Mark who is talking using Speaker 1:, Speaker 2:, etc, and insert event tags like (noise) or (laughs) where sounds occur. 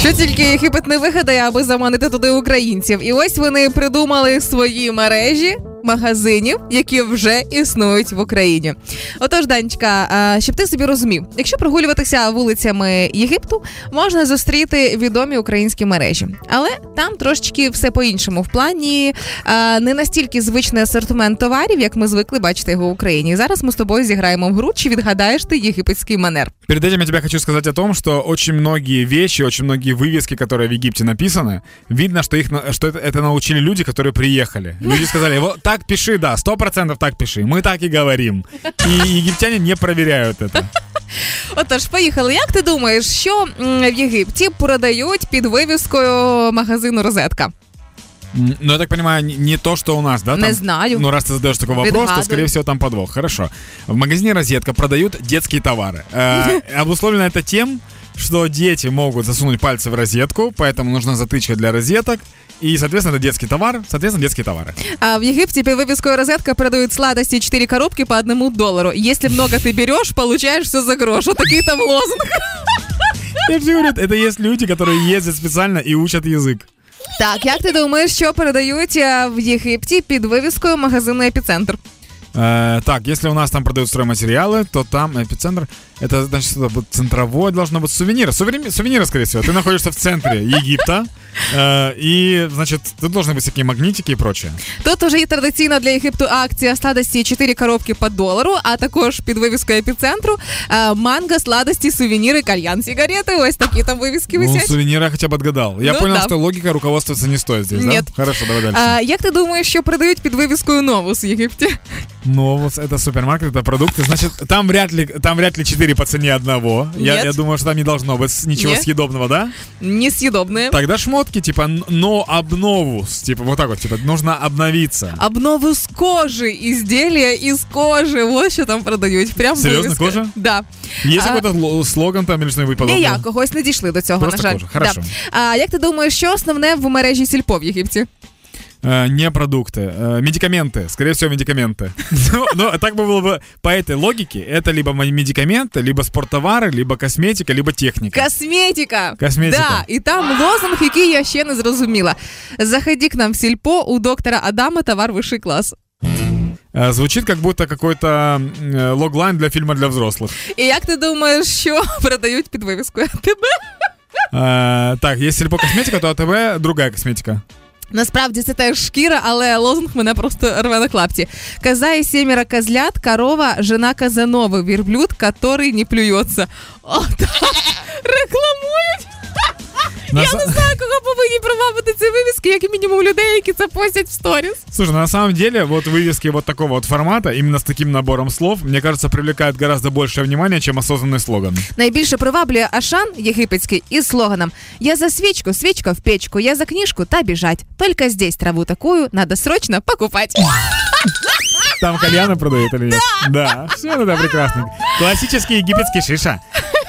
Speaker 1: Що тільки Єгипет не вигадає, аби заманити туди українців. І ось вони придумали свої мережі магазинів, які вже існують в Україні. Отож, Данечка, а, щоб ти собі розумів, якщо прогулюватися вулицями Єгипту, можна зустріти відомі українські мережі, але там трошечки все по-іншому в плані а, не настільки звичний асортимент товарів, як ми звикли бачити його в Україні. Зараз ми з тобою зіграємо в гру, чи відгадаєш ти єгипетський манер.
Speaker 2: Перед этим я тебя хочу сказать о том, что очень многие вещи, очень многие вывески, которые в Египте написаны, видно, что их на- что это, это научили люди, которые приехали. Люди сказали, вот так пиши, да, сто процентов так пиши, мы так и говорим. И египтяне не проверяют это.
Speaker 1: Отож, поїхали. Як ти думаєш, що м, в Єгипті продають під вивіскою магазину розетка?
Speaker 2: М, Но ну, я так понимаю, не- не то, что у нас, да?
Speaker 1: Не
Speaker 2: там?
Speaker 1: знаю.
Speaker 2: Ну, раз ты задаешь такой вопрос, то,
Speaker 1: Предгадываю.
Speaker 2: скорее всего, там подвох. Хорошо. В магазине «Розетка» продают детские товары.
Speaker 1: (laughs)
Speaker 2: Э, Обусловлено это тем, что дети могут засунуть пальцы в розетку, поэтому нужна затычка для розеток. И, соответственно, это детский товар, соответственно,
Speaker 1: (laughs)
Speaker 2: детские товары.
Speaker 1: А в Египте під вивіскою розетка продають сладості 4 коробки по одному доллару. Если много ты берешь, получаешь все за грош. Отакий там лозунг.
Speaker 2: Я всё говорю, это есть люди, которые ездят специально и учат язык.
Speaker 1: Так, як ти думаєш, що продають е, в Єгипті під вивіскою магазину епіцентр?
Speaker 2: Э, так, если у нас там продают стройматериалы, то там эпицентр, это значит, что-то вот центровое должно быть сувениры. Сувениры, сувениры, скорее всего. Ты находишься в центре Египта, э, и, значит, тут должны быть всякие магнитики и прочее.
Speaker 1: Тут уже є традиційна для Єгипту акція сладості 4 коробки по долару, а також під вивіскою епіцентру е, манго, сладості, сувеніри, кальян, сигарети. Ось такі там вивіски
Speaker 2: Ну,
Speaker 1: висять.
Speaker 2: сувениры я хотя бы отгадал. Я
Speaker 1: Ну
Speaker 2: понял,
Speaker 1: да.
Speaker 2: что логика руководствоваться не стоит здесь,
Speaker 1: Нет.
Speaker 2: да? Хорошо, давай дальше.
Speaker 1: А, як ти думаєш, що продають під вивіскою новус в Єгипті?
Speaker 2: Ну, вот это супермаркет, это продукты. Значит, там вряд ли, там вряд ли 4 по цене одного. Я,
Speaker 1: Нет.
Speaker 2: я думаю, что там не должно быть с- ничего
Speaker 1: Нет. Эм.
Speaker 2: съедобного, да?
Speaker 1: Несъедобне.
Speaker 2: Тогда шмотки, типа, но обновус. Типа, вот так вот, типа, нужно обновиться.
Speaker 1: Обновы с кожи, изделия из кожи. Вот що там продають. Прям
Speaker 2: Серйозно,
Speaker 1: вивіска.
Speaker 2: кожа?
Speaker 1: Да.
Speaker 2: Есть
Speaker 1: а-
Speaker 2: какой-то ло- слоган там или что-нибудь подобное?
Speaker 1: Ніякого, ось не дійшли до цього, на
Speaker 2: Просто
Speaker 1: жаль.
Speaker 2: кожа, хорошо.
Speaker 1: Да. А як ти думаєш, що основне в мережі сільпо в Єгипті?
Speaker 2: Э, не продукты. э, медикаменты. Скорее
Speaker 1: (laughs)
Speaker 2: всего, медикаменты. Ну, ну, так бы было бы по этой логике. Это либо м- медикаменты, либо спорттовары, либо косметика, либо техника.
Speaker 1: Косметика.
Speaker 2: Косметика.
Speaker 1: Да, і там лозунг, який я ще не зрозуміла. Заходи к нам в сільпо у доктора Адама товар вищий клас.
Speaker 2: Э, Звучит как будто какой-то м, э, логлайн для фильма для
Speaker 1: (laughs)
Speaker 2: взрослых.
Speaker 1: І як ти думаєш, що (laughs) продають під вивіскою? Тебе?
Speaker 2: Э, Так, если по косметика, то АТБ другая косметика.
Speaker 1: Насправді це теж шкіра, але лозунг мене просто рве на клапті. Коза і сімеро козлят, корова, жена Казанови, вірблюд, який не плюється. О, так. Рекламують.
Speaker 2: На
Speaker 1: Я
Speaker 2: са-
Speaker 1: не знаю, кого повинні привабити ці вивіски, як мінімум людей, які це постять в сторіс.
Speaker 2: Слушай, ну, на самом деле, вот вывески вот такого вот формата, именно с таким набором слов, мне кажется, привлекают гораздо большее внимание, чем осознанный слоган.
Speaker 1: Найбільше приваблює Ашан єгипетський із слоганом Я за свічку, свічка в печку, я за книжку та біжать. Тільки здесь траву такую надо срочно покупати.
Speaker 2: Там кальяны продают или нет? Да. Все, ну да, прекрасно. Классический египетский шиша.